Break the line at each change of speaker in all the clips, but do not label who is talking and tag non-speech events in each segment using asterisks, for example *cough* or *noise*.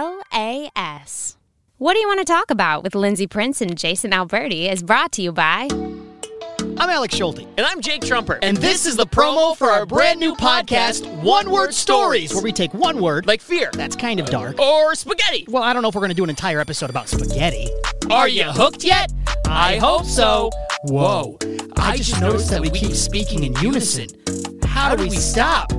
LAS. What do you want to talk about with Lindsay Prince and Jason Alberti is brought to you by
I'm Alex Schulte.
And I'm Jake Trumper.
And this is the promo for our brand new podcast, One Word Stories, where we take one word,
Like fear.
that's kind of dark.
Or spaghetti.
Well, I don't know if we're going to do an entire episode about spaghetti.
Are you hooked yet? I hope so.
Whoa. I just noticed that we keep speaking in unison. How do we stop?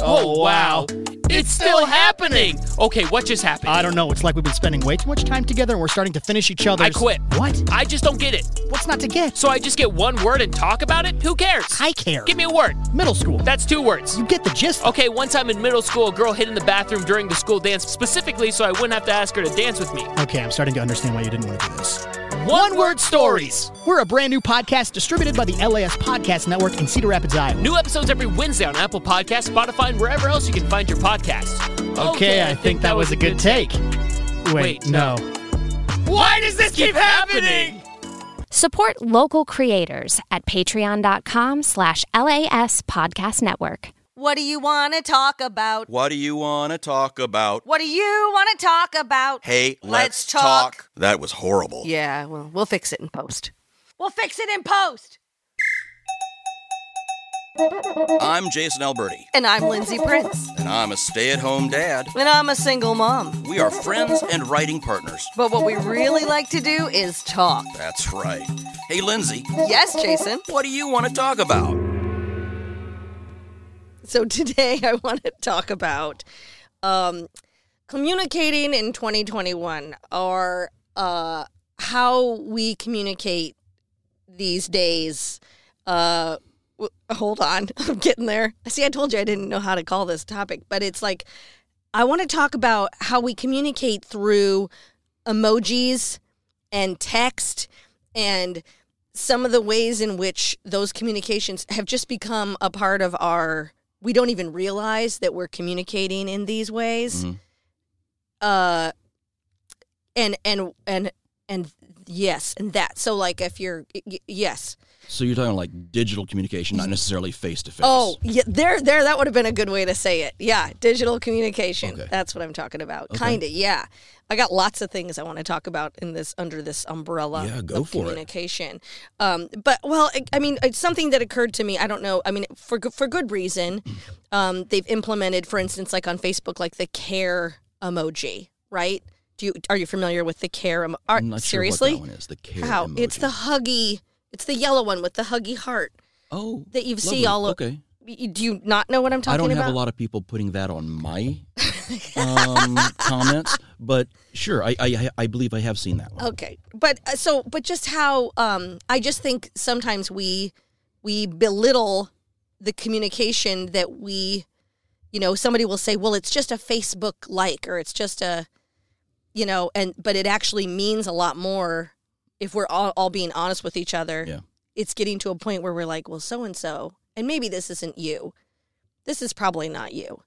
Oh, wow. It's still happening. Okay, what just happened?
I don't know. It's like we've been spending way too much time together and we're starting to finish each other's.
I quit.
What?
I just don't get it.
What's not to get?
So I just get one word and talk about it? Who cares?
I care.
Give me a word.
Middle school.
That's two words.
you get the gist.
Okay, one time in middle school, a girl hid in the bathroom during the school dance specifically so I wouldn't have to ask her to dance with me.
Okay, I'm starting to understand why you didn't want to do this.
One word stories.
We're a brand new podcast distributed by the LAS Podcast Network in Cedar Rapids, Iowa.
New episodes every Wednesday on Apple Podcasts, Spotify, and wherever else you can find your podcasts.
Okay, I think that was a good take. Wait,
Wait,
no.
Why does this keep happening?
Support local creators at patreon.com slash LAS Podcast Network.
What do you want to talk about?
What do you want to talk about?
What do you want to talk about?
Hey,
Let's
let's,
talk.
That was horrible.
Yeah, well, we'll fix it in post. We'll fix it in post.
I'm Jason Alberti,
And I'm Lindsay Prince.
and I'm a stay at home dad.
And I'm a single mom.
We are friends and writing partners.
But what we really like to do is talk.
That's right. Hey, Lindsay,
Yes, Jason.
what do you want to talk about?
So *laughs* today I want to talk about um, communicating in 2021 or uh, how we communicate these days. Uh, w- hold on, *laughs* I'm getting there. See, I told you I didn't know how to call this topic, but it's like I want to talk about how we communicate through emojis and text and some of the ways in which those communications have just become a part of our we don't even realize that we're communicating in these ways uh and and and and yes and that so like if you're y- yes
So you're talking like digital communication, not necessarily face to face.
oh yeah there there that would have been a good way to say it yeah digital communication
Okay.
that's what i'm talking about kind of yeah i got lots of things i want to talk about in this under this umbrella
Yeah, go
of
for it.
communication um but well I, I mean it's something that occurred to me i don't know i mean for good- for good reason
Hmm.
um they've implemented for instance like on facebook like the care emoji right do you are you familiar with the care emo- are,
I'm not
seriously
sure what that one is. The care
How? it's
emoji.
the huggy it's the yellow one with the huggy heart
oh
that you see
lovely.
all o-
Okay,
Y- do you not know what i'm
I
talking
don't
about
have a lot of people putting that on
*laughs*
my um, comments, but sure, I, I I believe I have seen that one.
Okay, but uh, so but just how um I just think sometimes we we belittle the communication that we you know somebody will say well it's just a Facebook like or it's just a you know and but it actually means a lot more if we're all, all being honest with each other.
Yeah.
It's getting to a point where we're like well so and so and maybe this isn't you. This is probably not you.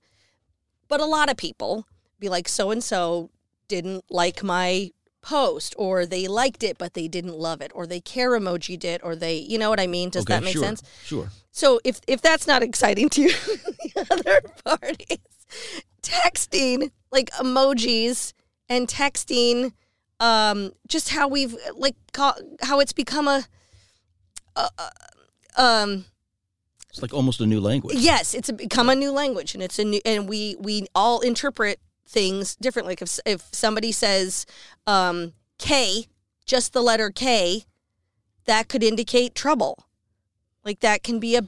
But a lot of people be like so and so didn't like my post or they liked it but they didn't love it or they care emoji did or they you know what i mean does
okay,
that make
sure,
sense
Sure.
so if if that's not exciting to you *laughs* the other part is texting like emojis and texting um just how we've like ca- how it's become a uh, um
It's like almost a new language.
Yes, it's a, become a new language, and it's a new, and we we all interpret things differently. Like if s- if somebody says um, K, just the letter K, that could indicate trouble. Like that can be a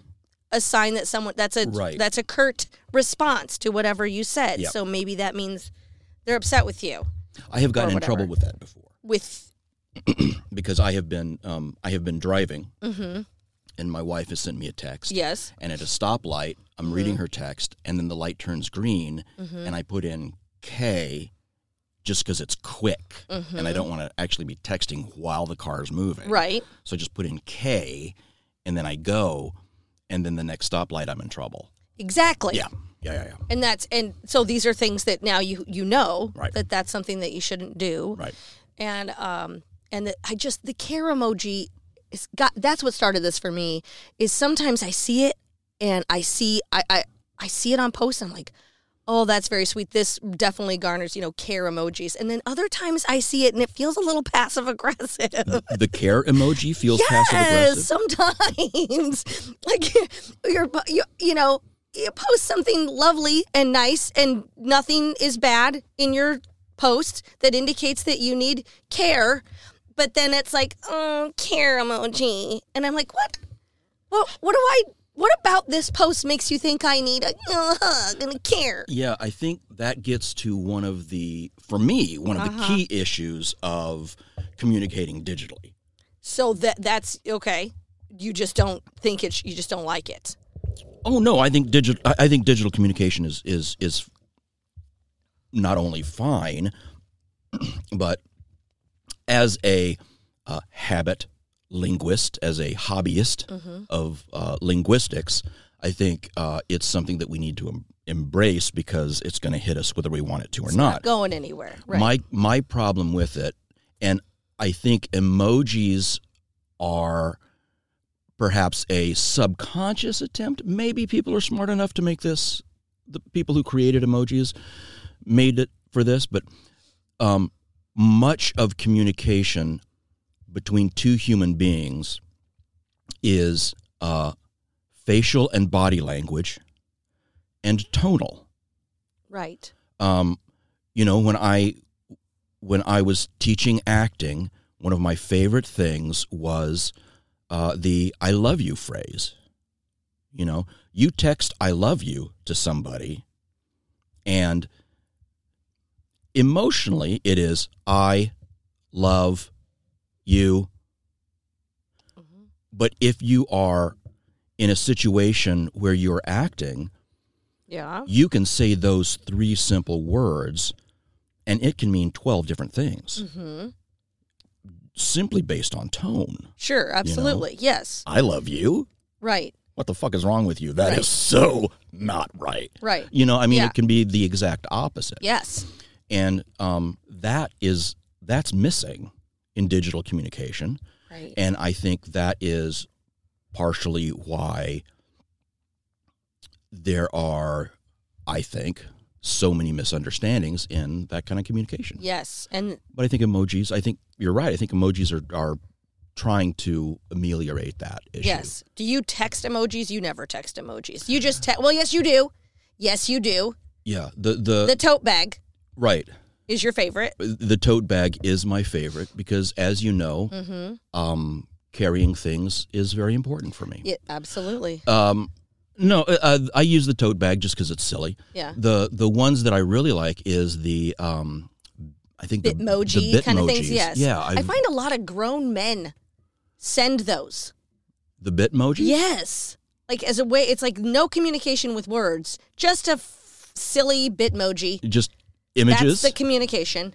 a sign that someone that's a
Right.
that's a curt response to whatever you said.
Yep.
So maybe that means they're upset with you.
I have gotten
Or
in trouble
whatever.
with that before
With
because I have been um, I have been driving,
Mm-hmm.
and my wife has sent me a text.
yes,
and at a stoplight, I'm
Mm-hmm.
reading her text, and then the light turns green, and I put in K just because it's quick, and I don't want to actually be texting while the car is moving.
Mm-hmm. right.
So I just put in K, and then I go, and then the next stoplight, I'm in trouble.
Exactly.
Yeah. Yeah, yeah, yeah.
And that's and so these are things that now you you know
Right.
that that's something that you shouldn't do.
Right.
and um and the, I just the care emoji is got that's what started this for me is sometimes I see it and I see I I, I see it on posts and I'm like oh, that's very sweet. This definitely garners, you know, care emojis. And then other times I see it and it feels a little *laughs* passive aggressive.
The care emoji feels passive
Yes,
aggressive.
sometimes. *laughs* like you're, you, you know, you post something lovely and nice, and nothing is bad in your post that indicates that you need care. But then it's like, oh, care emoji, and I'm like, what? What? What do I? What about this post makes you think I need a *laughs* uh, hug and a care?
Yeah, I think that gets to one of the, for me, one of
Uh-huh.
the key issues of communicating digitally.
So that that's okay. You just don't think it. You just don't like it.
Oh no, I think digital. I I think digital communication is is is not only fine, *clears throat* but as a uh, habit linguist, as a hobbyist of uh, linguistics, I think uh, it's something that we need to em- embrace because it's going to hit us whether we want it to or not.
Going anywhere. Right.
My my problem with it, and I think emojis are perhaps a subconscious attempt. Maybe people are smart enough to make this. The people who created emojis made it for this, but um, much of communication between two human beings is uh, facial and body language and tonal
right.
um, you know when i when i was teaching acting one of my favorite things was uh, the i love you phrase you know you text i love you to somebody and emotionally it is i love you but if you are in a situation where you're acting
Yeah.
you can say those three simple words and it can mean 12 different things
Mm-hmm.
simply based on tone
Sure, absolutely. Yes.
i love you
Right.
what the fuck is wrong with you That is
Right.
so not right
Right.
you know i mean
Yeah.
it can be the exact opposite
Yes.
and um, that is that's missing in digital communication
Right.
and i think that is partially why there are i think so many misunderstandings in that kind of communication
Yes. And
But I think emojis. I think you're right. I think emojis are are trying to ameliorate that issue.
yes. Do you text emojis? You never text emojis. You just text. Well, yes, you do. Yes, you do.
Yeah. The the,
The tote bag
right.
is your favorite.
The tote bag is my favorite because, as you know, um, carrying things is very important for me.
Yeah, absolutely.
Um, no, uh, uh, I use the tote bag just because it's silly.
Yeah.
The the ones that I really like is the um, I think the
Bitmoji
the
kind of things.
Bitmojis.
Yes.
Yeah.
I,
I've-
find a lot of grown men send those.
the Bitmoji.
Yes. Like as a way, it's like no communication with words, just a f- silly bitmoji.
Just images.
That's the communication.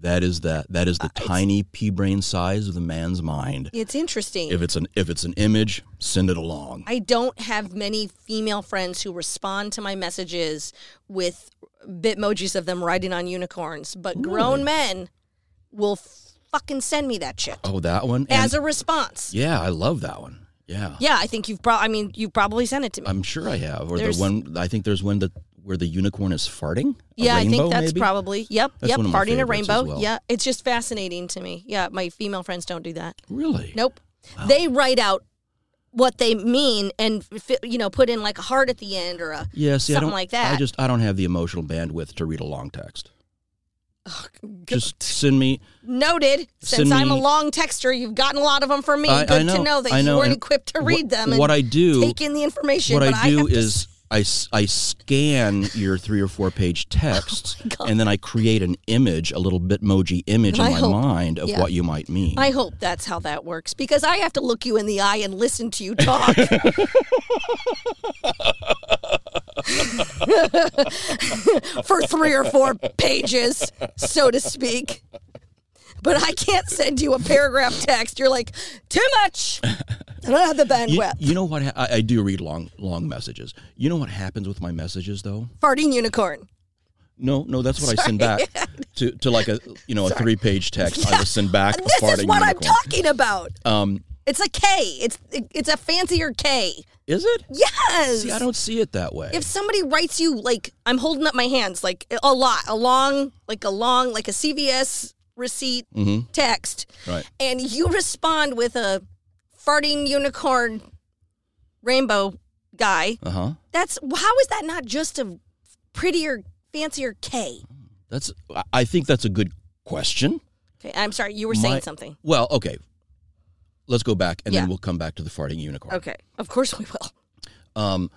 That is that. That is the tiny pea brain size of the man's mind.
It's interesting.
If it's an if it's an image, send it along.
I don't have many female friends who respond to my messages with bitmojis of them riding on unicorns, but grown men will fucking send me that shit
Oh, that one. And-
as a response.
yeah, I love that one. Yeah,
Yeah, I think you've probably, I mean, you've probably sent it to me.
I'm sure I have. Or
There's-
the one I think there's one that where the unicorn is farting. A
yeah, I
rainbow,
think that's
maybe?
probably, yep,
That's
yep,
one of my
farting a
favorites as
rainbow.
well.
Yeah, it's just fascinating to me. Yeah, my female friends don't do that.
really.
Nope. They write out what they mean and, fi- you know, put in like a heart at the end or a,
Yeah, see, I
something
don't,
like that.
I just I don't have the emotional bandwidth to read a long text. Just send me.
Noted. Since
Send
I'm a
me-
long texter, you've gotten a lot of them for me.
I- I
Good to
know,
know that
I
you
know,
weren't
and
equipped to
wh-
read them.
what
and
I do-
take in the information.
What
but
I do
have to
is I s I scan your three or
*laughs*
four
Oh
page texts, and then I create an image, a little bitmoji image
I
in my
hope-
mind of
yeah.
what you might mean.
I hope that's how that works because I have to look you in the eye and listen to you
*laughs*
talk. *laughs* For three or four pages, so to speak. But I can't send you a paragraph text. You're like, too much. I don't have the
you,
bandwidth.
you know what? Ha- I, I do read long, long messages. You know what happens with my messages, though?
Farting unicorn.
No, no, that's what I send back
*laughs*
to, to like a you know a three page text. I will send back a
This
farting
is what I'm
unicorn.
talking about.
um,
It's a K. It's it's a fancier K.
Is it?
Yes.
See, I don't see it that way.
if somebody writes you like I'm holding up my hands like a lot, a long, like a long, like a CVS receipt
Mm-hmm.
text,
Right.
and you respond with a farting unicorn rainbow guy,
Uh huh.
that's how is that not just a prettier, fancier K?
That's. I- I think that's a good question.
Okay, I'm sorry, you were saying
My-
something.
Well, okay. Let's go back, and
Yeah.
then we'll come back to the farting unicorn.
Okay, of course we will.
Um,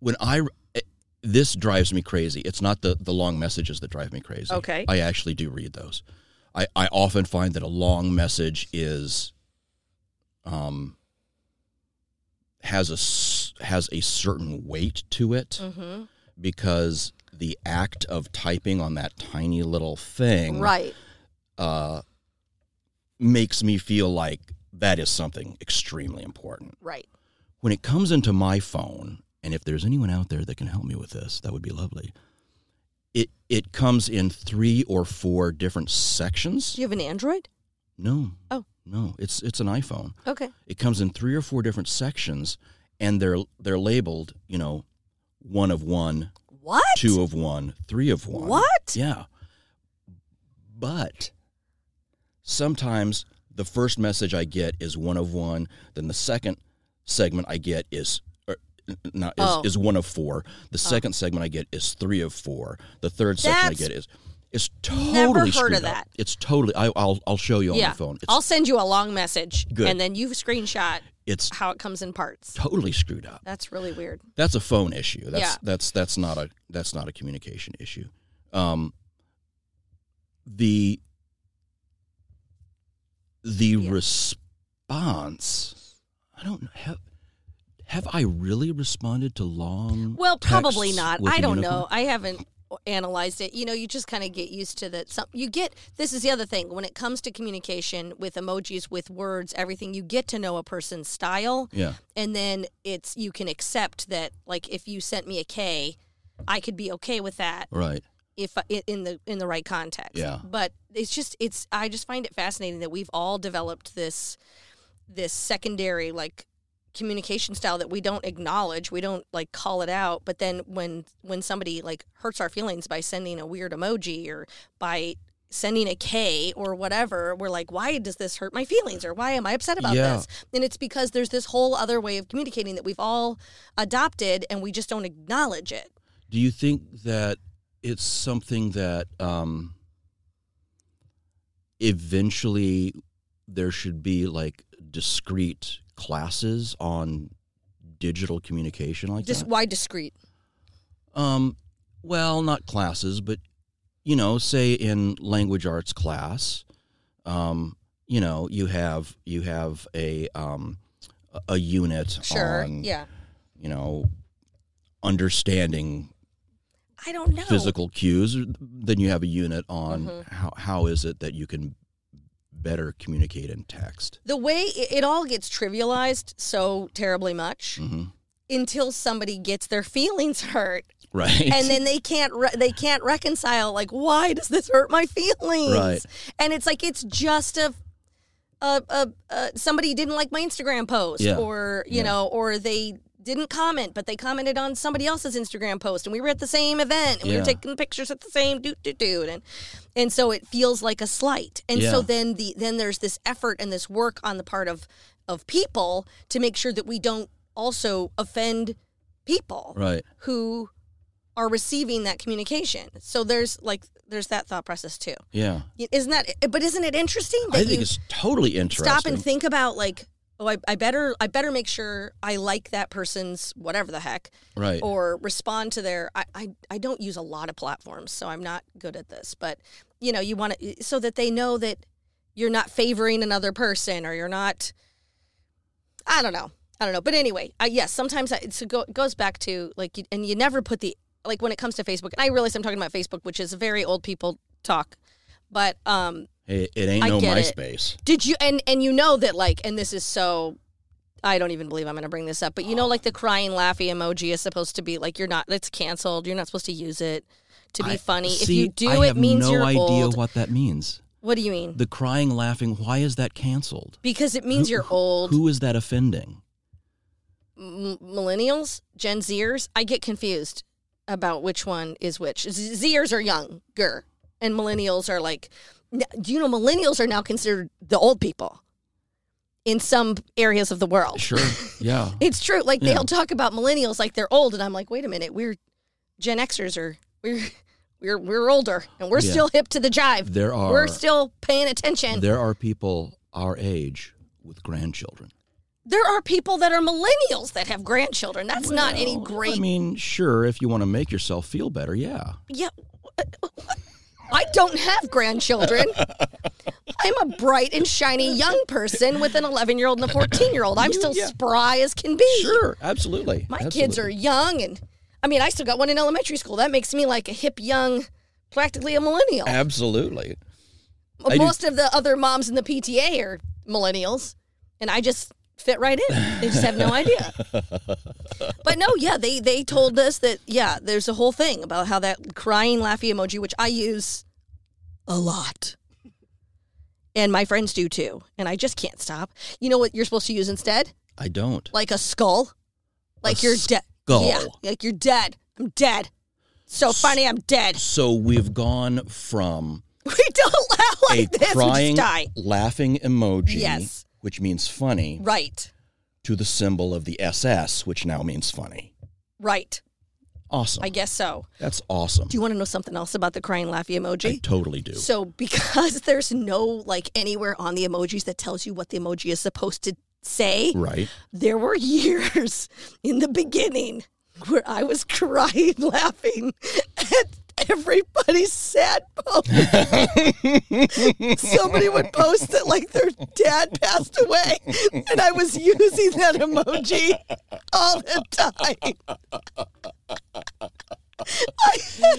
when I it- this drives me crazy. It's not the the long messages that drive me crazy.
Okay.
I actually do read those. I I often find that a long message is, um, has a s- has a certain weight to it
Mm-hmm.
because the act of typing on that tiny little thing
Right.
uh, makes me feel like that is something extremely important
Right.
when it comes into my phone, and if there's anyone out there that can help me with this, that would be lovely. It it comes in three or four different sections.
Do you have an Android?
No.
Oh.
No, it's it's an iPhone.
Okay.
It comes in three or four different sections, and they're they're labeled, you know, one of one,
What?
two of one, three of one.
What?
Yeah. But sometimes the first message I get is one of one, then the second segment I get is or, n- n- not is,
Oh.
is one of four. The second segment I get is three of four. The third section I
That's-
get is it's totally
Never heard of
screwed up.
that.
It's totally. I, I'll I'll show you on the phone. It's
I'll send you a long message,
Good.
and then you screenshot
it's
how it comes in parts.
totally screwed up.
That's really weird.
that's a phone issue. That's
Yeah.
that's that's not a that's not a communication issue. Um, the the response. I don't know, have have I really responded to long.
Well, probably
texts
not.
with
I
a
don't
unicorn?
know. I haven't analyzed it. You know, you just kind of get used to that. Some you get. This is the other thing when it comes to communication with emojis, with words, everything. You get to know a person's style,
Yeah,
and then it's you can accept that. Like if you sent me a K, I could be okay with that
right.
if I- in the in the right context.
Yeah.
But it's just it's I just find it fascinating that we've all developed this this secondary like communication style that we don't acknowledge, we don't like call it out, but then when when somebody like hurts our feelings by sending a weird emoji or by sending a K or whatever, we're like, why does this hurt my feelings or why am I upset about
Yeah.
this? And it's because there's this whole other way of communicating that we've all adopted and we just don't acknowledge it.
Do you think that it's something that um, eventually there should be like discrete classes on digital communication like
Just
that?
why discreet?
Um, well, not classes, but you know, say in language arts class, um, you know, you have you have a um, a- a unit
Sure.
on
yeah.
you know understanding
I don't know.
physical cues uh, then you have a unit on
Mm-hmm.
how, how is it that you can better communicate in text *laughs*
The way it, it all gets trivialized so terribly much until somebody gets their *laughs* feelings hurt,
right
and then they can't re- they can't reconcile. Like, why does this hurt my feelings?
Right.
And it's like it's just a. Uh, uh, uh, somebody didn't like my Instagram post,
Yeah.
or you know, or they didn't comment, but they commented on somebody else's Instagram post, and we were at the same event, and we
Yeah.
were taking pictures at the same do do do, and and so it feels like a slight and so
Yeah.
then the then there's this effort and this work on the part of of people to make sure that we don't also offend people
right
who are receiving that communication so there's like there's that thought process too
yeah
Y- isn't that but isn't it interesting that
i think
you
it's totally interesting
stop and think about like oh I, I better i better make sure i like that person's whatever the heck
right
or respond to their I, I i don't use a lot of platforms so i'm not good at this but you know you want to so that they know that you're not favoring another person or you're not i don't know i don't know but anyway I, yes sometimes I, it's- it go, goes back to like you, and you never put the like when it comes to facebook and i realize i'm talking about facebook which is very old people talk but um
it, it ain't
I
no
get it.
myspace
did you and and you know that like and this is so I don't even believe I'm going to bring this up, but you know like the crying laughy emoji is supposed to be like you're not it's canceled, you're not supposed to use it to be
I-
funny. if
see,
you do
I
it
have
means
no
you're
idea
old.
what that means
What do you mean?
The crying, laughing, why is that canceled?
Because it means
Who-
you're
who-
old.
Who is that offending?
M- millennials, Gen Zers, I get confused about which one is which. Z- Zers are younger, and millennials are like, n- do you know millennials are now considered the old people in some areas of the world? *laughs*
Sure. Yeah.
It's true. Like
Yeah.
they'll talk about millennials like they're old, and I'm like, wait a minute, we're Gen Xers are we're we're we're older, and we're
Yeah.
still hip to the jive.
There are
we're still paying attention. There,
there are people our age with grandchildren.
are people that are millennials that have grandchildren. That's not any
Well,
great.
I mean, sure, if you want to make yourself feel better, yeah.
yeah, I don't have grandchildren. I'm a bright and shiny young person with an 11 year old and a 14 year old. I'm still
yeah.
spry as can be.
*laughs* Sure, absolutely.
My kids are young, and I mean, I still got one in elementary school. That makes me like a hip young, practically a millennial.
absolutely. I do-
Most of the other moms in the PTA are millennials, and I just fit right in. They just have
*laughs*
no idea. But no, yeah, they they told us that yeah, there's a whole thing about how that crying laughy emoji, which I use a lot. And my friends do too. And I just can't stop. You know what you're supposed to use instead?
I don't.
like a skull. Like
A
you're dead.
skull.
Yeah. Like you're dead. I'm dead. So funny, I'm dead. *laughs*
So we've gone from
We don't laugh like
a
this.
crying,
we just die.
laughing emoji,
Yes.
which means funny,
Right.
to the symbol of the SS, which now means funny.
Right.
Awesome.
I guess so.
That's awesome.
Do you want to know something else about the crying laughy
I
emoji?
totally do.
So because *laughs* there's no like anywhere on the emojis that tells you what the emoji is supposed to say,
right.
there were *laughs* years in the beginning where I was *laughs* crying laughing at everybody's sad post. Somebody would post that like their dad passed away, and I was using that emoji all the time. I,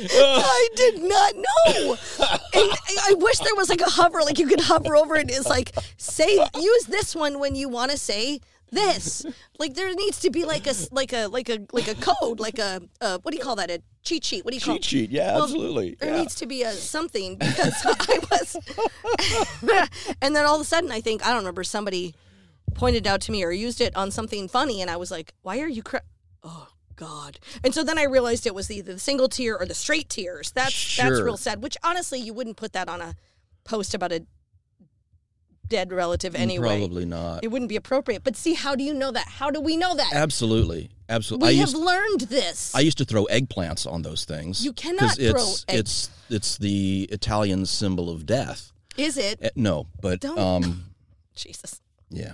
I did not know. And I I wish there was like a hover, like you could hover over it. It's like, say, use this one when you want to say this. Like there needs to be like a, s- like a, like a, like a code, like a, uh, what do you call that? A cheat sheet. What do you call
Cheat sheet. Yeah,
Well,
absolutely.
There
Yeah.
needs to be a something because *laughs* I was, and then all of a sudden I think I don't remember somebody pointed out to me or used it on something funny, and I was like, "Why are you cry? Oh God!" And so then I realized it was either the single tier or the straight tiers. That's that's
Sure.
real sad. Which honestly, you wouldn't put that on a post about a dead relative anyway.
Mm, Probably not.
It wouldn't be appropriate. But see, how do you know that? How do we know that?
Absolutely. Absolutely.
we
I
have
used,
learned this.
I used to throw eggplants on those things.
You
'cause
cannot throw
it's,
egg-
It's, it's the Italian symbol of death.
Is it?
Eh, no, but
Don't.
um,
Jesus.
yeah.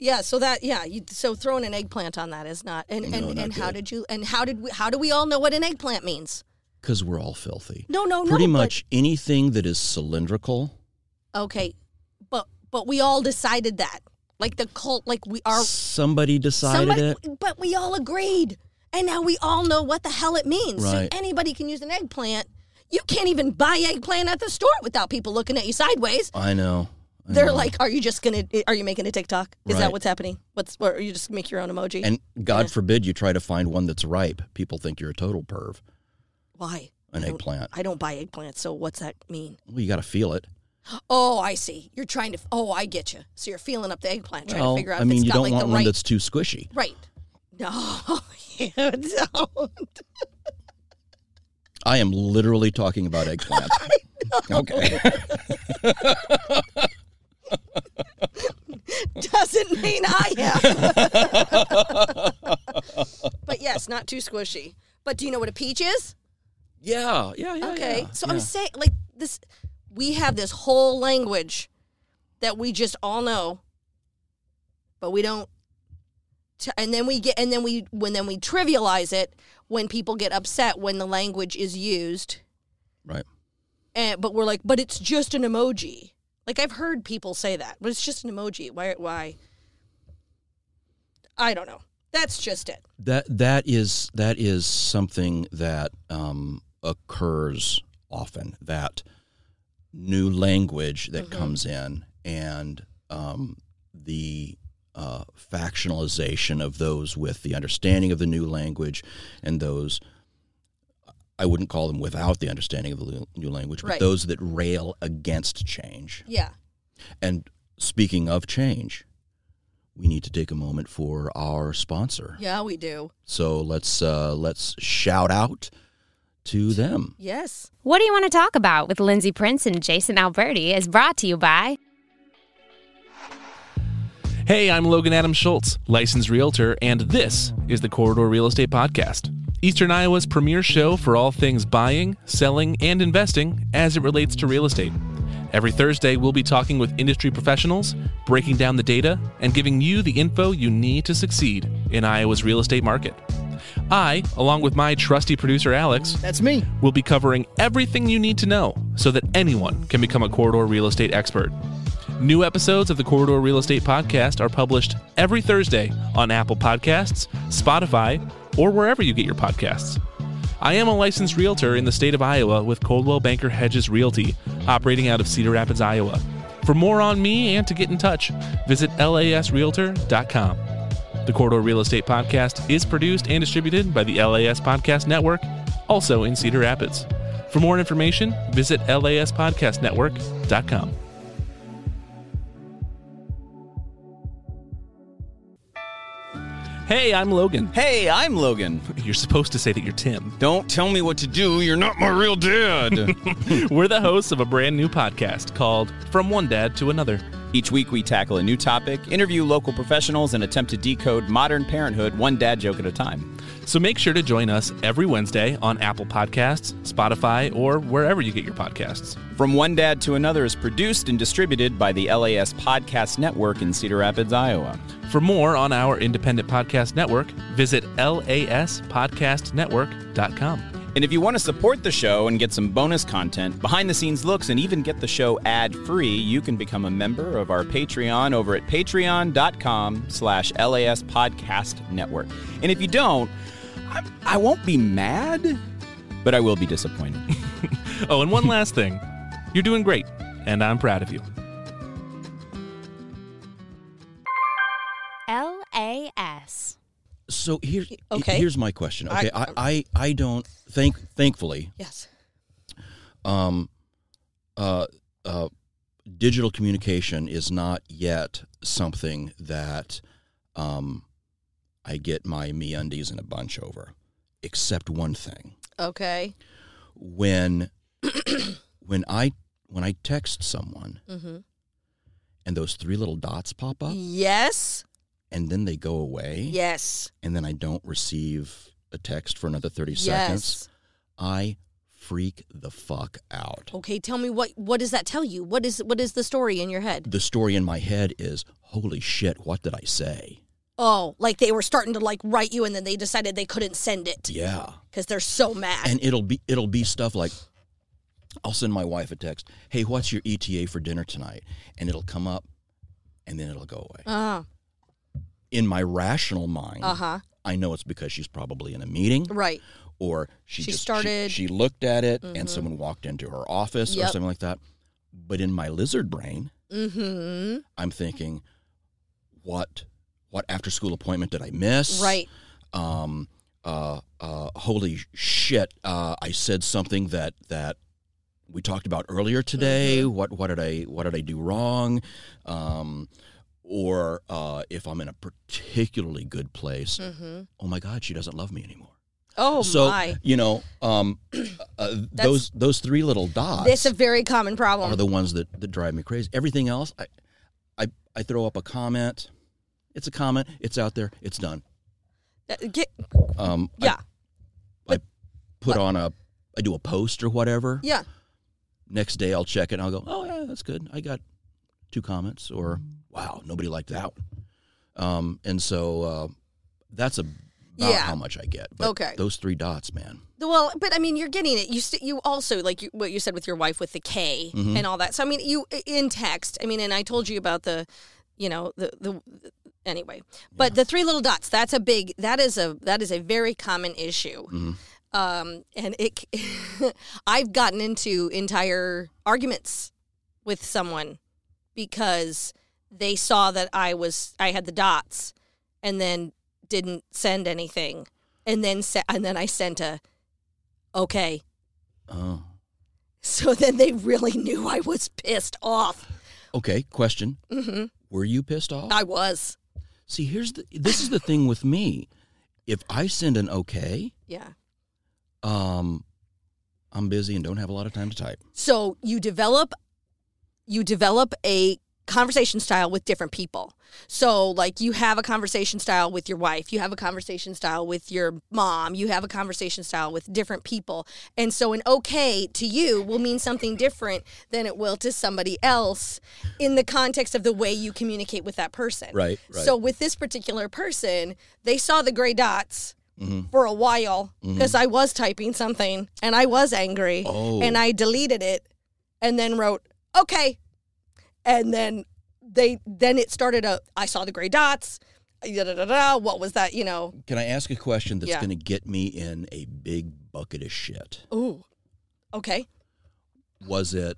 Yeah, so that yeah, you, so throwing an eggplant on that is not and and,
No, not
and how
good.
did you and how did we how do we all know what an eggplant means?
Because we're all filthy.
No, no, no.
Pretty
but-
much anything that is cylindrical.
okay, but but we all decided that like the cult, like we are
somebody decided
somebody,
it.
but we all agreed, and now we all know what the hell it means.
Right.
So anybody can use an eggplant. You can't even buy eggplant at the store without people looking at you sideways.
I know. I
They're
know.
like, "Are you just gonna? Are you making a TikTok? Is that
Right.
what's happening? What's? Or you just make your own emoji?
and God forbid you try to find one that's ripe. People think you're a total perv.
Why?
An
I don't-
eggplant.
I don't buy eggplants, so what's that mean?
Well, you got to feel it.
Oh, I see. You're trying to. Oh, I get you. So you're feeling up the eggplant, trying
well,
to figure out.
I
if
mean,
it's
you
got
don't
like
want
the
one
right,
that's too squishy.
right. No, *laughs* you don't.
I am literally talking
*laughs*
about eggplant. okay.
Doesn't mean I am. *laughs* but yes, not too squishy. But do you know what a peach is?
yeah, yeah, yeah.
Okay,
Oh, yeah,
so
yeah.
I'm saying like this. We have this whole language that we just all know, but we don't. T- and then we get, and then we when then we trivialize it when people get upset when the language is used.
right.
and but we're like, but it's just an emoji. Like I've heard people say that, but it's just an emoji. Why? Why? I don't know. That's just it.
That that is that is something that um, occurs often. That new language that comes in and um, the uh, factionalization of those with the understanding of the new language and those I wouldn't call them without the understanding of the lu- new language, but
Right.
those that rail against change.
Yeah.
And speaking of change, we need to take a moment for our sponsor.
Yeah, we do.
So let's uh, let's shout out to them.
Yes.
What do you want to talk about with Lindsay Prince and Jason Alberti is brought to you by
Hey, I'm Logan Adam Schultz, licensed realtor, and this is the Corridor Real Estate Podcast, Eastern Iowa's premier show for all things buying, selling, and investing as it relates to real estate. Every Thursday, we'll be talking with industry professionals, breaking down the data, and giving you the info you need to succeed in Iowa's real estate market. I, along with my trusty producer Alex,
That's me.
We'll be covering everything you need to know so that anyone can become a corridor real estate expert. New episodes of the Corridor Real Estate Podcast are published every Thursday on Apple Podcasts, Spotify, or wherever you get your podcasts. I am a licensed realtor in the state of Iowa with Coldwell Banker Hedges Realty, operating out of Cedar Rapids, Iowa. For more on me and to get in touch, visit lasrealtor.com. The Corridor Real Estate Podcast is produced and distributed by the LAS Podcast Network, also in Cedar Rapids. For more information, visit laspodcastnetwork.com. Hey, I'm Logan. *laughs*
Hey, I'm Logan.
You're supposed to say that you're Tim.
Don't tell me what to do. You're not my real dad.
We're the hosts of a brand new podcast called From One Dad to Another.
Each week, we tackle a new topic, interview local professionals, and attempt to decode modern parenthood one dad joke at a time.
So make sure to join us every Wednesday on Apple Podcasts, Spotify, or wherever you get your podcasts.
From One Dad to Another is produced and distributed by the LAS Podcast Network in Cedar Rapids, Iowa.
For more on our independent podcast network, visit laspodcastnetwork.com.
And if you want to support the show and get some bonus content, behind the scenes looks, and even get the show ad free, you can become a member of our Patreon over at patreon.com slash LAS Podcast Network. And if you don't, I, I won't be mad, but I will be disappointed.
Oh, and one last thing. You're doing great, and I'm proud of you.
LAS.
*laughs* So here's
Okay.
here's my question.
I-
Okay, I I, I don't think thankfully
Yes.
um, uh, uh, digital communication is not yet something that um, I get my me undies in a bunch over, except one thing
Okay.
when *coughs* when I when I text someone
Mm-hmm.
and those three little dots pop up
Mm. Yes.
and then they go away
Yes.
and then I don't receive a text for another thirty
Yes.
seconds, I freak the fuck out.
Okay, tell me what what does that tell you? What is what is the story in your head?
the story in my head is holy shit what did i say
Oh, like they were starting to like write you and then they decided they couldn't send it
yeah
cuz they're so mad.
and it'll be it'll be stuff like i'll send my wife a text hey what's your eta for dinner tonight and it'll come up and then it'll go away
uh-huh.
in my rational mind
Uh-huh.
i know it's because she's probably in a meeting
Right.
or she,
She
just
started- Mm-hmm.
she, looked at it and someone walked into her office or
Yep.
something like that but in my lizard brain
Mhm.
i'm thinking what what after school appointment did i miss
Right.
um, uh, uh, holy shit, uh, I said something that that we talked about earlier today.
Mm-hmm.
What what did I what did I do wrong? Um, or uh, if I'm in a particularly good place,
Mm-hmm.
oh my God, she doesn't love me anymore.
Oh
so
my.
you know,
*clears throat*
um, uh, those those three little dots
That's a very common
uh, are
problem.
the ones that, that drive me crazy. Everything else, I, I I throw up a comment. It's a comment. It's out there. It's done.
Uh, get-
Um, I
yeah.
put on a I do a post or whatever.
Yeah.
Next day I'll check it and I'll go, "Oh yeah, that's good. I got two comments or wow, nobody liked that one." Um and so uh that's about
Yeah.
how much I get. But
Okay.
those three dots, man.
Well, but I mean, you're getting it. You st- you also like you, what you said with your wife with the K and all that. So I mean, you in text. I mean, and I told you about the, you know, the the anyway. But the three little dots. That's a big. That is a that is a very common issue. Um, and it, c- *laughs* I've gotten into entire arguments with someone because they saw that I was I had the dots and then didn't send anything and then se- and then I sent a okay. *laughs*
Oh.
So then they really knew I was pissed off.
Okay, question.
hmm
Were you pissed off?
I was.
See, here's the this is the thing with me. If I send an okay,
Yeah.
um I'm busy and don't have a lot of time to type.
So you develop you develop a conversation style with different people. So like you have a conversation style with your wife, you have a conversation style with your mom, you have a conversation style with different people. And so an okay to you will mean something different than it will to somebody else in the context of the way you communicate with that person.
Right, right.
So with this particular person, they saw the gray dots for a while
Mm-hmm.
because I was typing something and I was angry
Oh.
and I deleted it and then wrote okay and then they then it started a I saw the gray dots da, da, da, da, what was that you know
Can I ask a question that's
Yeah.
going to get me in a big bucket of shit?
ooh okay
Was it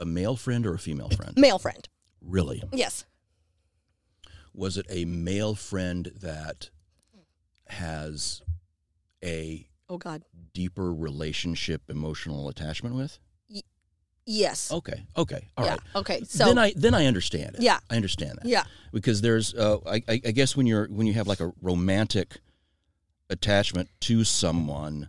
a male friend or a female friend?
male friend
Really?
yes
Was it a male friend that has a
oh god
deeper relationship emotional attachment with?
yes
Okay. Okay. All
yeah
right.
okay so
then I then I understand it.
Yeah.
I understand that.
yeah
because there's uh, I, I I guess when you're when you have like a romantic attachment to someone,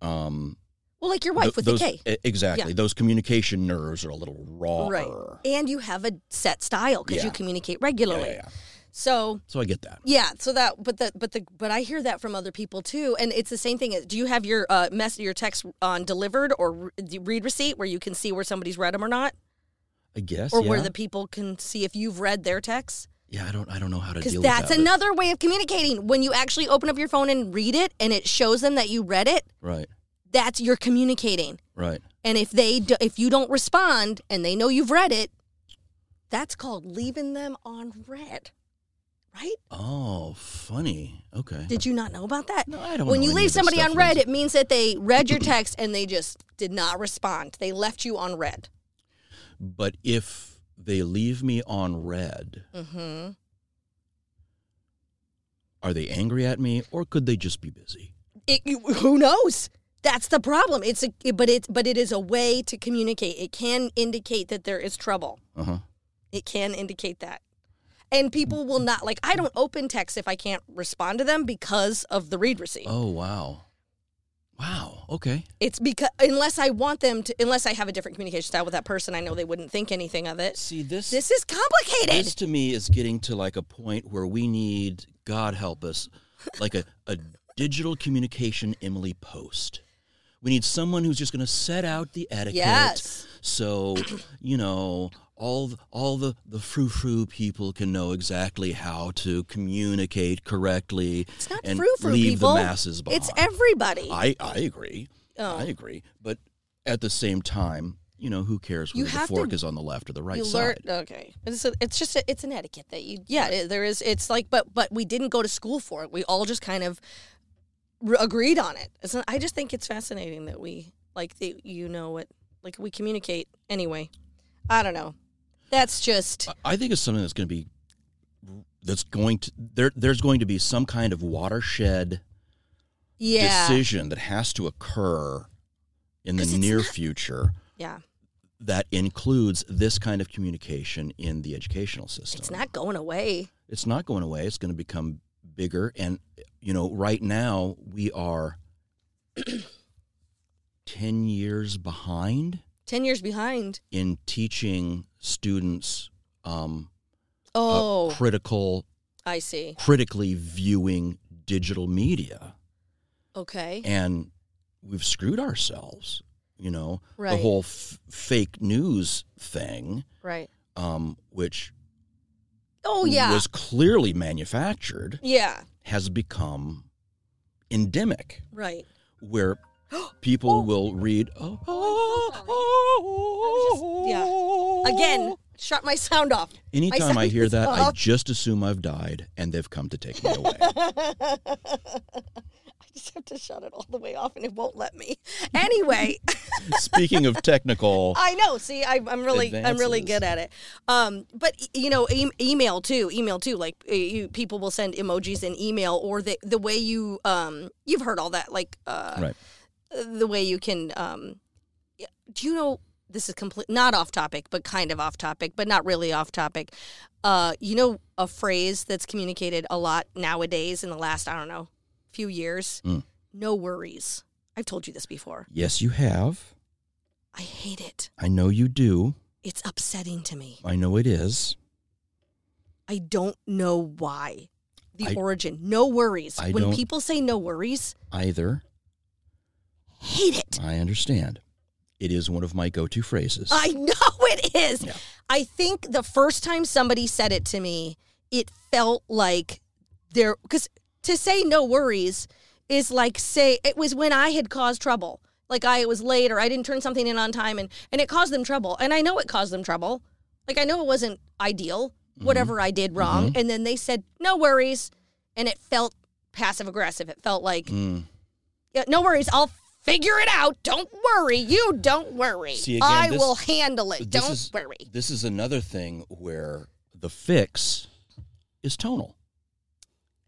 um,
well like your wife
th-
with
those,
the K
e- exactly those communication nerves are a little raw.
right and you have a set style because
Yeah.
you communicate regularly
Yeah, yeah.
so
So I get that.
Yeah, so that but the but the but I hear that from other people too, and it's the same thing. as- Do you have your uh, mess your text on delivered or re- the read receipt where you can see where somebody's read them or not,
I guess.
or
yeah.
where the people can see if you've read their text?
yeah, I don't I don't know how to
Because
deal
that's
with that. but-
another way of communicating. When you actually open up your phone and read it, and it shows them that you read it,
Right.
that's you're communicating.
Right.
And if they do, if you don't respond and they know you've read it, that's called leaving them on red, right?
Oh, funny. Okay.
Did you not know about that?
No, I don't
When
know
you
any
leave
of this
somebody
stuff,
on red,
Lindsay.
it means that they read your text and they just did not respond. They left you on red.
But if they leave me on red,
Mm-hmm.
are they angry at me or could they just be busy?
It, you, who knows? That's the problem. It's a, but it's but it is a way to communicate. It can indicate that there is trouble.
Uh huh.
It can indicate that. And people will not like I don't open texts if I can't respond to them because of the read receipt.
Oh wow. Wow. Okay.
It's because unless I want them to unless I have a different communication style with that person, I know they wouldn't think anything of it.
See this.
This is complicated.
This to me is getting to like a point where we need, God help us, like a, a digital communication Emily Post. We need someone who's just going to set out the etiquette.
Yes.
So, you know, all th- all the the frou frou people can know exactly how to communicate correctly.
It's not
and
frou frou,
leave
people.
the masses behind.
It's everybody.
I I agree.
Oh.
I agree. But at the same time, you know, who cares
You
whether the
have to-
fork is on the left or the right
you
side?
learn. Okay, it's, a- it's just a, it's an etiquette that you. Yeah, it- there is. It's like, but but we didn't go to school for it. We all just kind of r- agreed on it. It's not, I just think it's fascinating that we like that you know what like we communicate anyway. I don't know. That's just
I- I think it's something that's going to be that's going to there. There's going to be some kind of watershed
yeah
decision that has to occur in the
'Cause it's
near
not-
future
yeah.
that includes this kind of communication in the educational system.
It's not going away.
It's not going away. It's going to become bigger, and you know, right now we are *clears throat* ten years behind
Ten years behind.
in teaching students um, uh,
Oh,
critical
I see.
critically viewing digital media
Okay.
and we've screwed ourselves you know
Right.
the whole f- fake news thing
Right.
um, which
Oh yeah.
was clearly manufactured
yeah.
has become endemic
Right.
where
*gasps* Oh.
people will read oh, oh, oh,
Yeah. Again, shut my sound off. My
anytime
sound
i hear
is *laughs*
that i
off.
just assume i've died and they've come to take me
*laughs*
away
I just have to shut it all the way off and it won't let me. Anyway,
speaking of technical
I know. See, I, I'm really, I'm really
Advances.
good at it. Um, but y- you know, e- email too, email too. Like uh, you, people will send emojis in email, or the the way you, um, you've heard all that, like uh,
right
the way you can. Um, yeah, do you know this is complete not off topic, but kind of off topic, but not really off topic. Uh, you know a phrase that's communicated a lot nowadays in the last I don't know few years.
Mm.
No worries. I've told you this before.
Yes, you have.
I hate it.
I know you do.
It's upsetting to me.
I know it is.
I don't know why. The
I-
origin. No worries.
I
when
don't-
people say no worries,
Either.
hate
*laughs*
it.
I understand. It is one of my go to phrases.
I know it is. I think the first time somebody said it to me, it felt like there because to say no worries is like say it was when I had caused trouble. Like I was late or I didn't turn something in on time and and it caused them trouble. And I know it caused them trouble. Like I know it wasn't ideal, whatever
Mm-hmm.
I did wrong. And then they said, No worries. And it felt passive aggressive. It felt like
Mm.
yeah, no worries. I'll figure it out. Don't worry. You don't worry.
See, again,
I
this-
will handle it.
This
Don't
is-
worry.
This is another thing where the fix is tonal.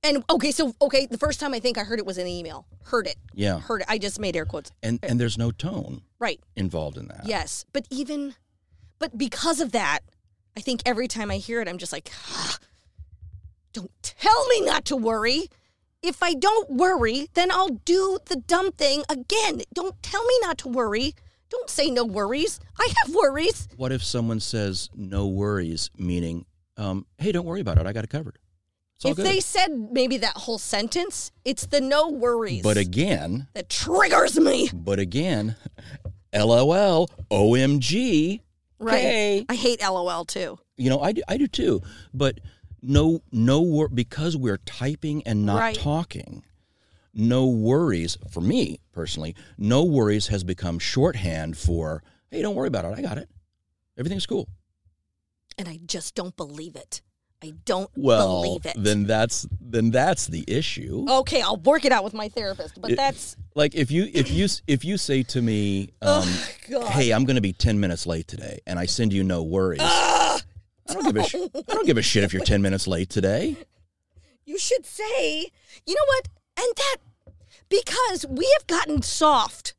And okay, so okay, the first time I think I heard it was in an email. Heard it.
Yeah.
Heard it. I just made air quotes.
And and there's no tone
Right.
involved in that.
Yes. But even but because of that, I think every time I hear it I'm just like "Ah, don't tell me not to worry. If I don't worry, then I'll do the dumb thing again. Don't tell me not to worry. Don't say no worries. I have worries.
What if someone says no worries, meaning, um, hey, don't worry about it, I got it covered. It's all
if
good.
they said maybe that whole sentence, it's the no worries
but again,
that triggers me.
but again, *laughs* LOL, OMG,
Right.
Hey.
I hate LOL too.
you know, I do, I do too, but no, no, wor- because we're typing and not
Right.
talking, no worries for me personally, no worries has become shorthand for, hey, don't worry about it. I got it. Everything's cool.
And I just don't believe it. I don't
Well,
believe it.
then that's, then that's the issue.
okay, I'll work it out with my therapist, but
It-
that's *sighs*
like if you, if you, if you say to me, um,
God.
hey, I'm going to be 10 minutes late today and I send you no worries. I don't give a sh- I don't give a shit if you're 10 minutes late today.
you should say, you know what? And that because we have gotten soft.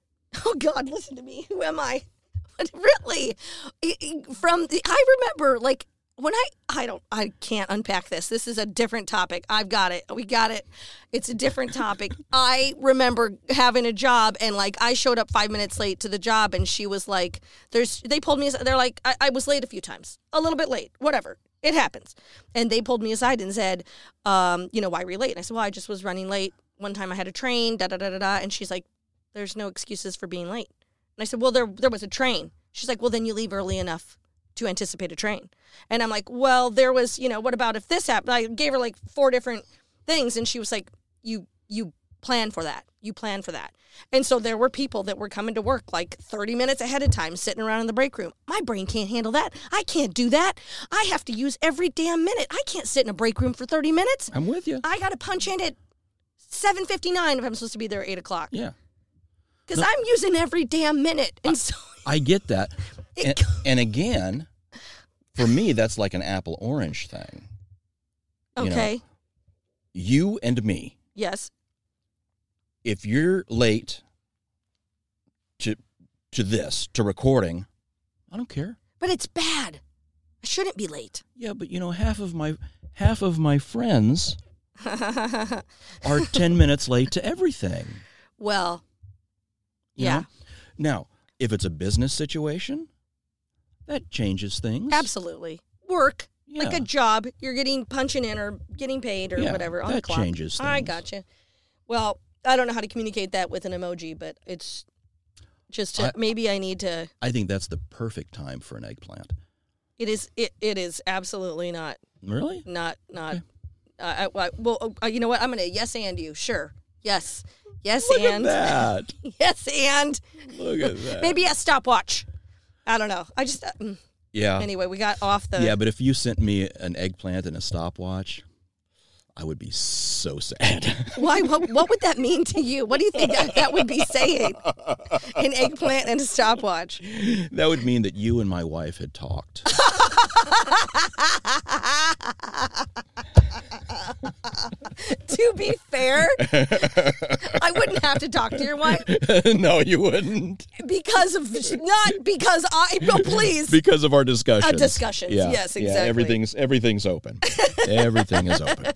Oh God, listen to me. Who am I? *laughs* But really, i- i- from the, I remember like when I I don't I can't unpack this. This is a different topic. I've got it. We got it. It's a different topic. I remember having a job and like I showed up five minutes late to the job and she was like, "There's." They pulled me. aside. They're like, I, "I was late a few times, a little bit late, whatever." It happens. And they pulled me aside and said, um, you know, why were you late? And I said, well, I just was running late. One time I had a train, da da da da da. And she's like, there's no excuses for being late. And I said, well, there there was a train. She's like, well, then you leave early enough to anticipate a train. And I'm like, well, there was, you know, what about if this happened? I gave her like four different things, and she was like, you you plan for that. You plan for that. And so there were people that were coming to work like 30 minutes ahead of time, sitting around in the break room. My brain can't handle that. I can't do that. I have to use every damn minute. I can't sit in a break room for 30 minutes.
I'm with you.
I got to punch in at 7:59 if I'm supposed to be there at 8 o'clock
Yeah.
because I'm using every damn minute, and so
I get that.
It
And,
co-
and again, for me, that's like an apple orange thing. You know,
okay,
You and me,
yes,
if you're late to to this, to recording, I don't care.
but it's bad. I shouldn't be late. *laughs*
Yeah, but you know, half of my half of my friends *laughs* are ten minutes late to everything.
well,
you
Yeah.
know? Now, if it's a business situation, that changes things.
absolutely work like
Yeah.
a job. You're getting punching in or getting paid or
Yeah,
whatever on
that
the clock.
changes
I
things.
gotcha. Well, I don't know how to communicate that with an emoji, but it's just to,
I-
maybe I need to.
I think that's the perfect time for an eggplant.
It is. It, it is absolutely not.
Really?
Not. Not. Uh, I, I, well, uh, you know what? I'm gonna yes and you. Sure. Yes. Yes
Look
and.
at
Yes and.
that. Look at that.
*laughs* Maybe a stopwatch. I don't know. I just uh, mm.
Yeah.
anyway, we got off the.
Yeah, but if you sent me an eggplant and a stopwatch, I would be so sad.
*laughs*
*laughs*
Why? What, what would that mean to you? What do you think that, that would be saying? An eggplant and a stopwatch. *laughs*
that would mean that you and my wife had talked. *laughs*
to be fair, I wouldn't have to talk to your wife
no, you wouldn't.
because of not because I. No, please.
Because of our discussions.
Uh, discussions, yes, exactly.
everything's everything's open. Everything
*laughs*
is open.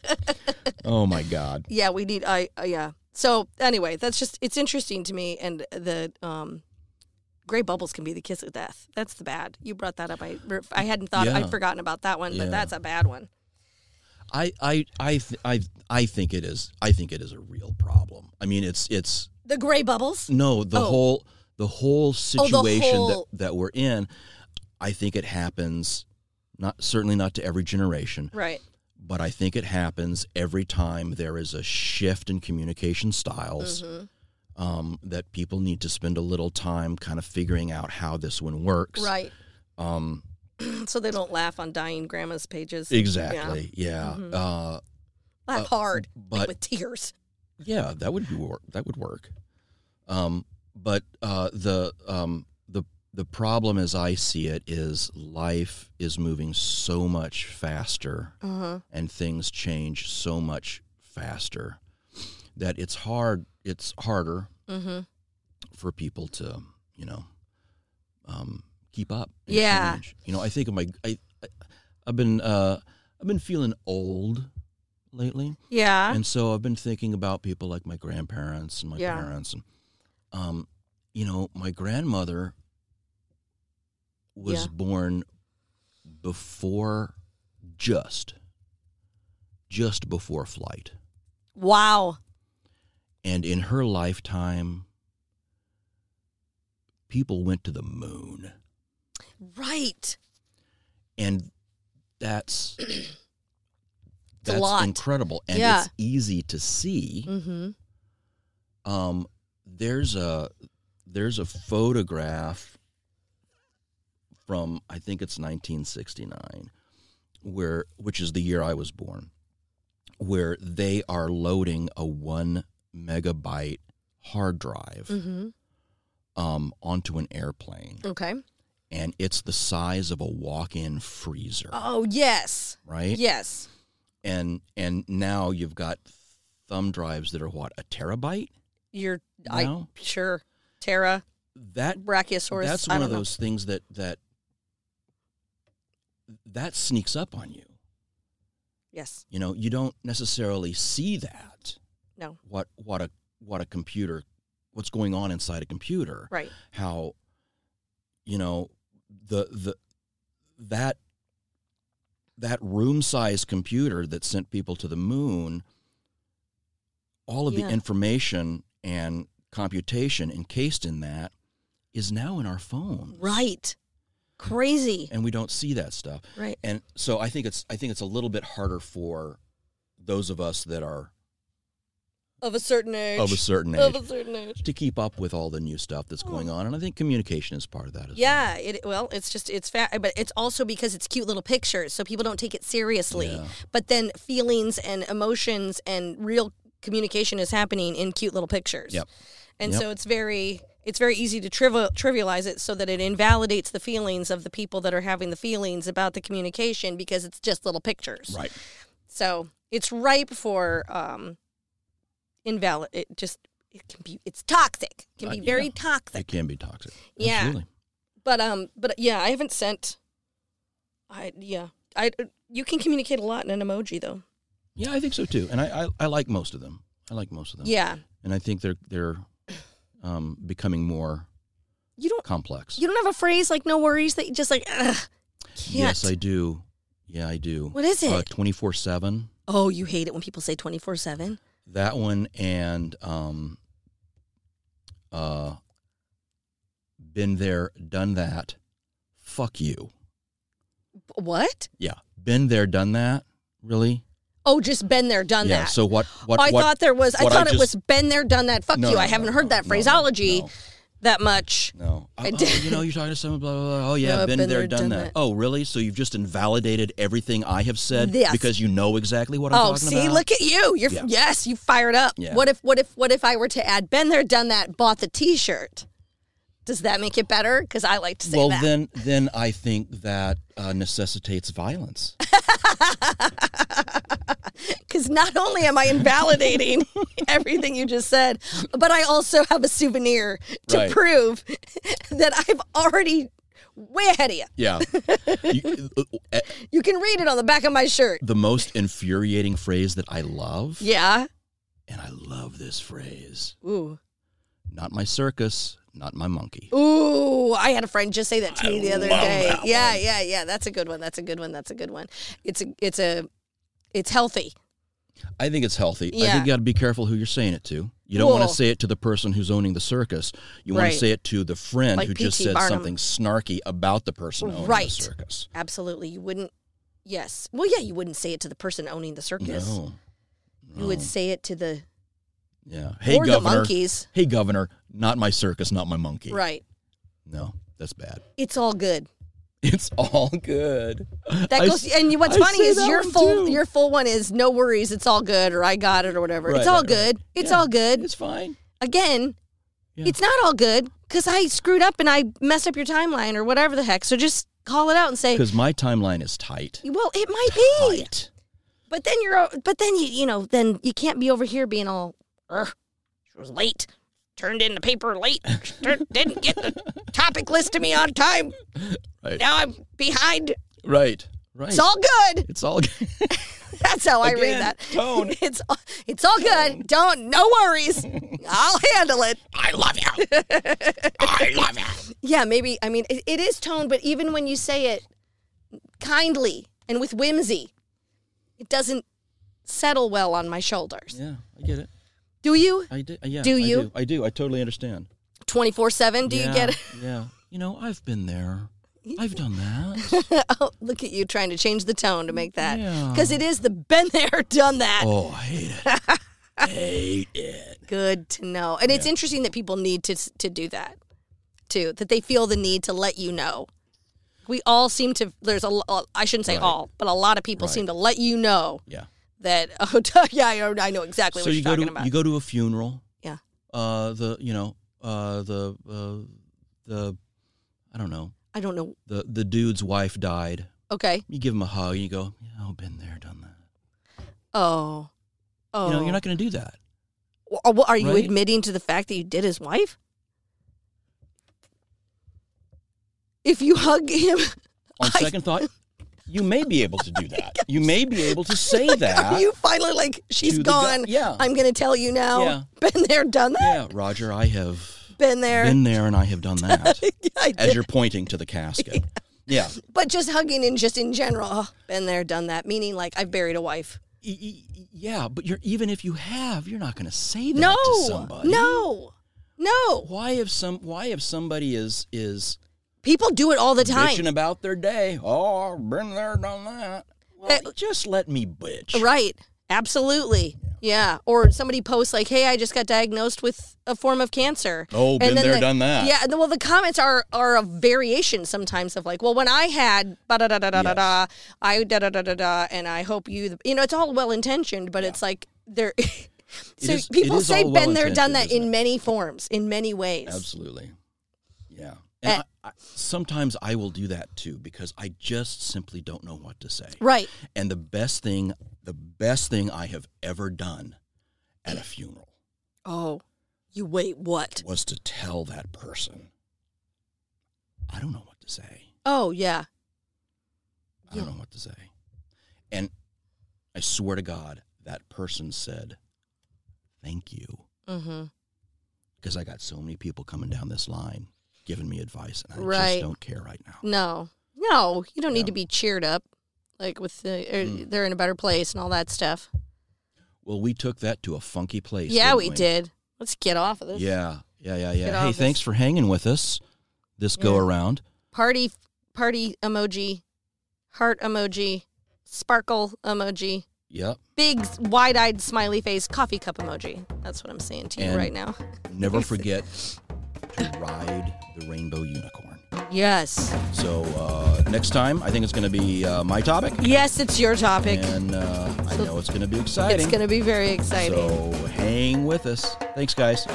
Oh my God.
yeah, we need. I uh, yeah. So anyway, that's just it's interesting to me, and the um, gray bubbles can be the kiss of death. That's the bad. You brought that up. I I hadn't thought.
Yeah.
I'd forgotten about that one,
Yeah.
but that's a bad one.
I I I th- I I think it is. I think it is a real problem. I mean, it's it's
The gray bubbles.
No, the
Oh.
whole the whole
the
situation
whole-
that that we're in, I think it happens not certainly not to every generation,
Right.
but I think it happens every time there is a shift in communication styles.
Mm-hmm.
Um, that people need to spend a little time kind of figuring out how this one works.
Right.
Um,
So they don't laugh on dying grandma's pages.
exactly. Yeah. Uh,
Yeah. Laugh Mm-hmm. hard, like
but-
with tears.
Yeah, that would be work. That would work. Um, but uh, the um, the the problem, as I see it, is life is moving so much faster, and things change so much faster that it's hard. It's harder for people to, you know, um, keep up. and
Yeah.
change. You know, I think of my. I, I, I've been uh, I've been feeling old lately.
Yeah.
And so I've been thinking about people like my grandparents and my
Yeah.
parents, and um, you know, my grandmother was
Yeah.
born before just just before flight,
wow.
and in her lifetime, people went to the moon,
Right.
and
*clears throat*
that's.
a
That's
lot.
incredible, and
Yeah.
it's easy to see.
Mm-hmm.
um, there's a there's a photograph from I think it's 1969, where which is the year I was born, where they are loading a one megabyte hard drive
Mm-hmm.
um, onto an airplane,
Okay.
and it's the size of a walk-in freezer,
Oh yes.
right?
Yes.
And and now you've got thumb drives that are what a terabyte
You're. I
No.
sure. Tara.
that
Brachiosaurus.
That's
I
one of
don't know.
those things that that that sneaks up on you.
Yes.
You know, you don't necessarily see that
No.
what what a what a computer what's going on inside a computer.
Right.
How you know the the that that room size computer that sent people to the moon all of
Yeah.
the information and computation encased in that is now in our phones
Right. Crazy.
and we don't see that stuff.
Right.
And so I think it's I think it's a little bit harder for those of us that are
Of a certain age.
of a certain
Of
age
a certain age.
to keep up with all the new stuff that's going on. And I think communication is part of that as
Yeah, it well, it's just it's fat, but it's also because it's cute little pictures, so people don't take it seriously.
Yeah.
But then feelings and emotions and real communication is happening in cute little pictures.
Yep.
And
Yep.
so it's very it's very easy to trivial, trivialize it so that it invalidates the feelings of the people that are having the feelings about the communication because it's just little pictures.
well. Right.
So it's ripe for um invalid. It just it can be it's toxic. It can
Uh,
be very
yeah.
toxic.
It can be toxic.
Yeah.
Absolutely.
But um, but yeah, I haven't sent. I yeah, I you can communicate a lot in an emoji though.
Yeah, I think so too. And I, I, I like most of them. I like most of them.
Yeah,
And I think they're they're um, becoming more
you don't
complex.
you don't have a phrase like "no worries" that you just like ugh, can't.
yes, I do. Yeah, I do.
What is it?
Twenty four seven.
oh, you hate it when people say twenty four seven.
That one and um, uh, been there, done that. Fuck you.
What?
Yeah, been there, done that. Really?
Oh, just been there, done
yeah.
that. Oh,
So what? What?
I
what-
thought there was. I
what
thought it
just-
was been there, done that. Fuck
No,
you.
no,
I haven't
no,
heard
no,
that
no,
phraseology
no.
that much.
No. Oh,
I
oh,
did-
you know, you're talking to someone. Blah blah. blah. Oh yeah,
No, I've
been, there, done, that.
that.
Oh really? So you've just invalidated everything I have said
Yes.
because you know exactly what I'm
Oh,
talking
see,
about.
look at you. You're
Yeah.
yes, you fired up.
Yeah.
What if? What if? What if I were to add been there, done that, bought the T-shirt? Does that make it better? Because I like to say
well,
that.
then, then I think that uh,
*laughs*
necessitates violence.
Because not only am I
*laughs*
invalidating everything you just said, but I also have a souvenir to
Right.
prove that I've already way ahead of you.
Yeah. You- uh,
You can read it on the back of my shirt.
the most infuriating phrase that I love,
Yeah.
and I love this phrase
Ooh.
not my circus, not my monkey.
Ooh, I had a friend just say that to me the other day. Yeah, yeah, yeah. That's a good one. That's a good one. That's a good one. It's a, it's a, it's healthy.
I think it's healthy. I
Yeah.
think you got to be careful who you're saying it to. You don't want
Cool.
to say it to the person who's owning the circus. You want
Right.
to say it to the friend
Like
who just
P.T.
said
Barnum.
something snarky about the person owning
Right.
the circus.
Absolutely. You wouldn't. Yes. Well, yeah. You wouldn't say it to the person owning the circus.
No.
You would say it to the
Yeah. Hey,
or the
governor.
monkeys.
Hey, governor. Not my circus. Not my monkey.
Right.
No, that's bad. *laughs*
It's all good.
It's all good.
That
I
goes.
s-
and you- what's
I
funny
say
is
that
your
one
full
too.
your full one is no worries. It's all good, or I got it, or whatever.
Right,
it's all
right, right.
good. It's
Yeah,
all good.
It's fine.
Again,
Yeah.
it's not all good because I screwed up and I messed up your timeline or whatever the heck. So just call it out and say,
Because my timeline is tight.
well, it might be.
Tight.
But then you're, but then you, you know, then you can't be over here being all, "Ugh, she was late, turned in the paper late, tur- didn't get
*laughs*
the topic list to me on time.
Right.
Now I'm behind.
Right. Right.
It's all good. *laughs*
It's all *laughs* good.
That's how I read
Again,
that.
tone.
*laughs* It's it's all good. Don't no
*laughs*
worries. I'll handle it.
I love you. I love you.
Yeah, maybe. I mean, it, it is tone, but even when you say it kindly and with whimsy, it doesn't settle well on my shoulders.
yeah, I get it.
Do you?
I do. Yeah.
Do
I
you?
I do. I totally understand.
Twenty four seven. Do you get it?
Yeah. You know, I've been there.
*laughs*
I've done that.
Oh, look at you trying to change the tone to make that
Yeah.
because it is the been there, *laughs* done that.
oh, I hate
*laughs*
it. hate it.
Good to know. And it's interesting that people need to to do that too. That they feel the need to let you know. We all seem to. There's a. lo- I shouldn't say all, but a lot of people seem to let you know
Yeah.
that. *laughs* Oh, duh, yeah, I know- I know exactly
So
what
you
you're
go
talking
to
about.
you go to a funeral.
Yeah.
Uh, the you know uh the uh, the I don't know
I don't know.
the the dude's wife died.
Okay.
You give him a hug. and You go, yeah, I've been there, done that.
Oh. Oh.
You know, you're not going to do that.
Are, uh, are you
Right?
admitting to the fact that you did his wife? If you hug him,
*laughs* On
*laughs* I-
second thought, you may be able to do
*laughs*
that. You may be able to say
are
that.
*laughs* you finally like she's
the guy-
gone?
yeah.
I'm gonna tell you now.
Yeah.
*laughs* Been there, done that.
yeah, Roger, I have
Been there.
been there and I have done that.
*laughs* Yeah, I did.
As you're pointing to the casket. *laughs* Yeah.
But just hugging and just in general, oh, been there, done that. Meaning like I've buried a wife.
E- e- e- Yeah, but you're even if you have, you're not going to say that
No,
to somebody.
no, no.
Why if some why if somebody is is
People do it all the
bitching
time,
about their day? Oh, I've been there, done that. Well,
Uh,
just let me bitch.
right? Absolutely, yeah. Or somebody posts like, "Hey, I just got diagnosed with a form of cancer."
Oh, been
then
there,
the-
done that.
Yeah. and the- Well, the comments are are a variation sometimes of like, "Well, when I had da da da da da da, I da da da da da," and I hope you, you know, it's all well intentioned, but it's like they're. *laughs* So
is- it
people
is
say
all
been there, done
well-intentioned,
that
isn't
in many forms, in many ways.
Absolutely. Yeah.
Eh.
And I, I, sometimes I will do that too because I just simply don't know what to say.
Right.
And the best thing, the best thing I have ever done at a funeral
Oh, you wait, what?
was to tell that person, I don't know what to say.
Oh, yeah.
I don't know what to say. And I swear to God, that person said, Thank you.
Mm-hmm.
Because I got so many people coming down this line giving me advice, and I
Right. Mm.
just don't care right now.
No, no, you don't need
Yeah. Hmm.
to be cheered up, like with the er, they're in a better place and all that stuff.
Well, we took that to a funky place.
yeah,
didn't
we, did. Let's get off of this
Yeah, yeah, yeah,
Get
yeah.
off
Hey,
this.
thanks for hanging with us this go around.
party party emoji, heart emoji, sparkle emoji,
Yep.
big wide eyed smiley face, coffee cup emoji. That's what I'm saying to you
And-
right now. *laughs*
Never forget to ride the rainbow unicorn.
Yes,
So uh, next time, I think it's going to be uh, my topic,
yes, it's your topic.
and uh, I know it's going to be exciting.
It's gonna be very exciting.
So hang with us. Thanks, guys.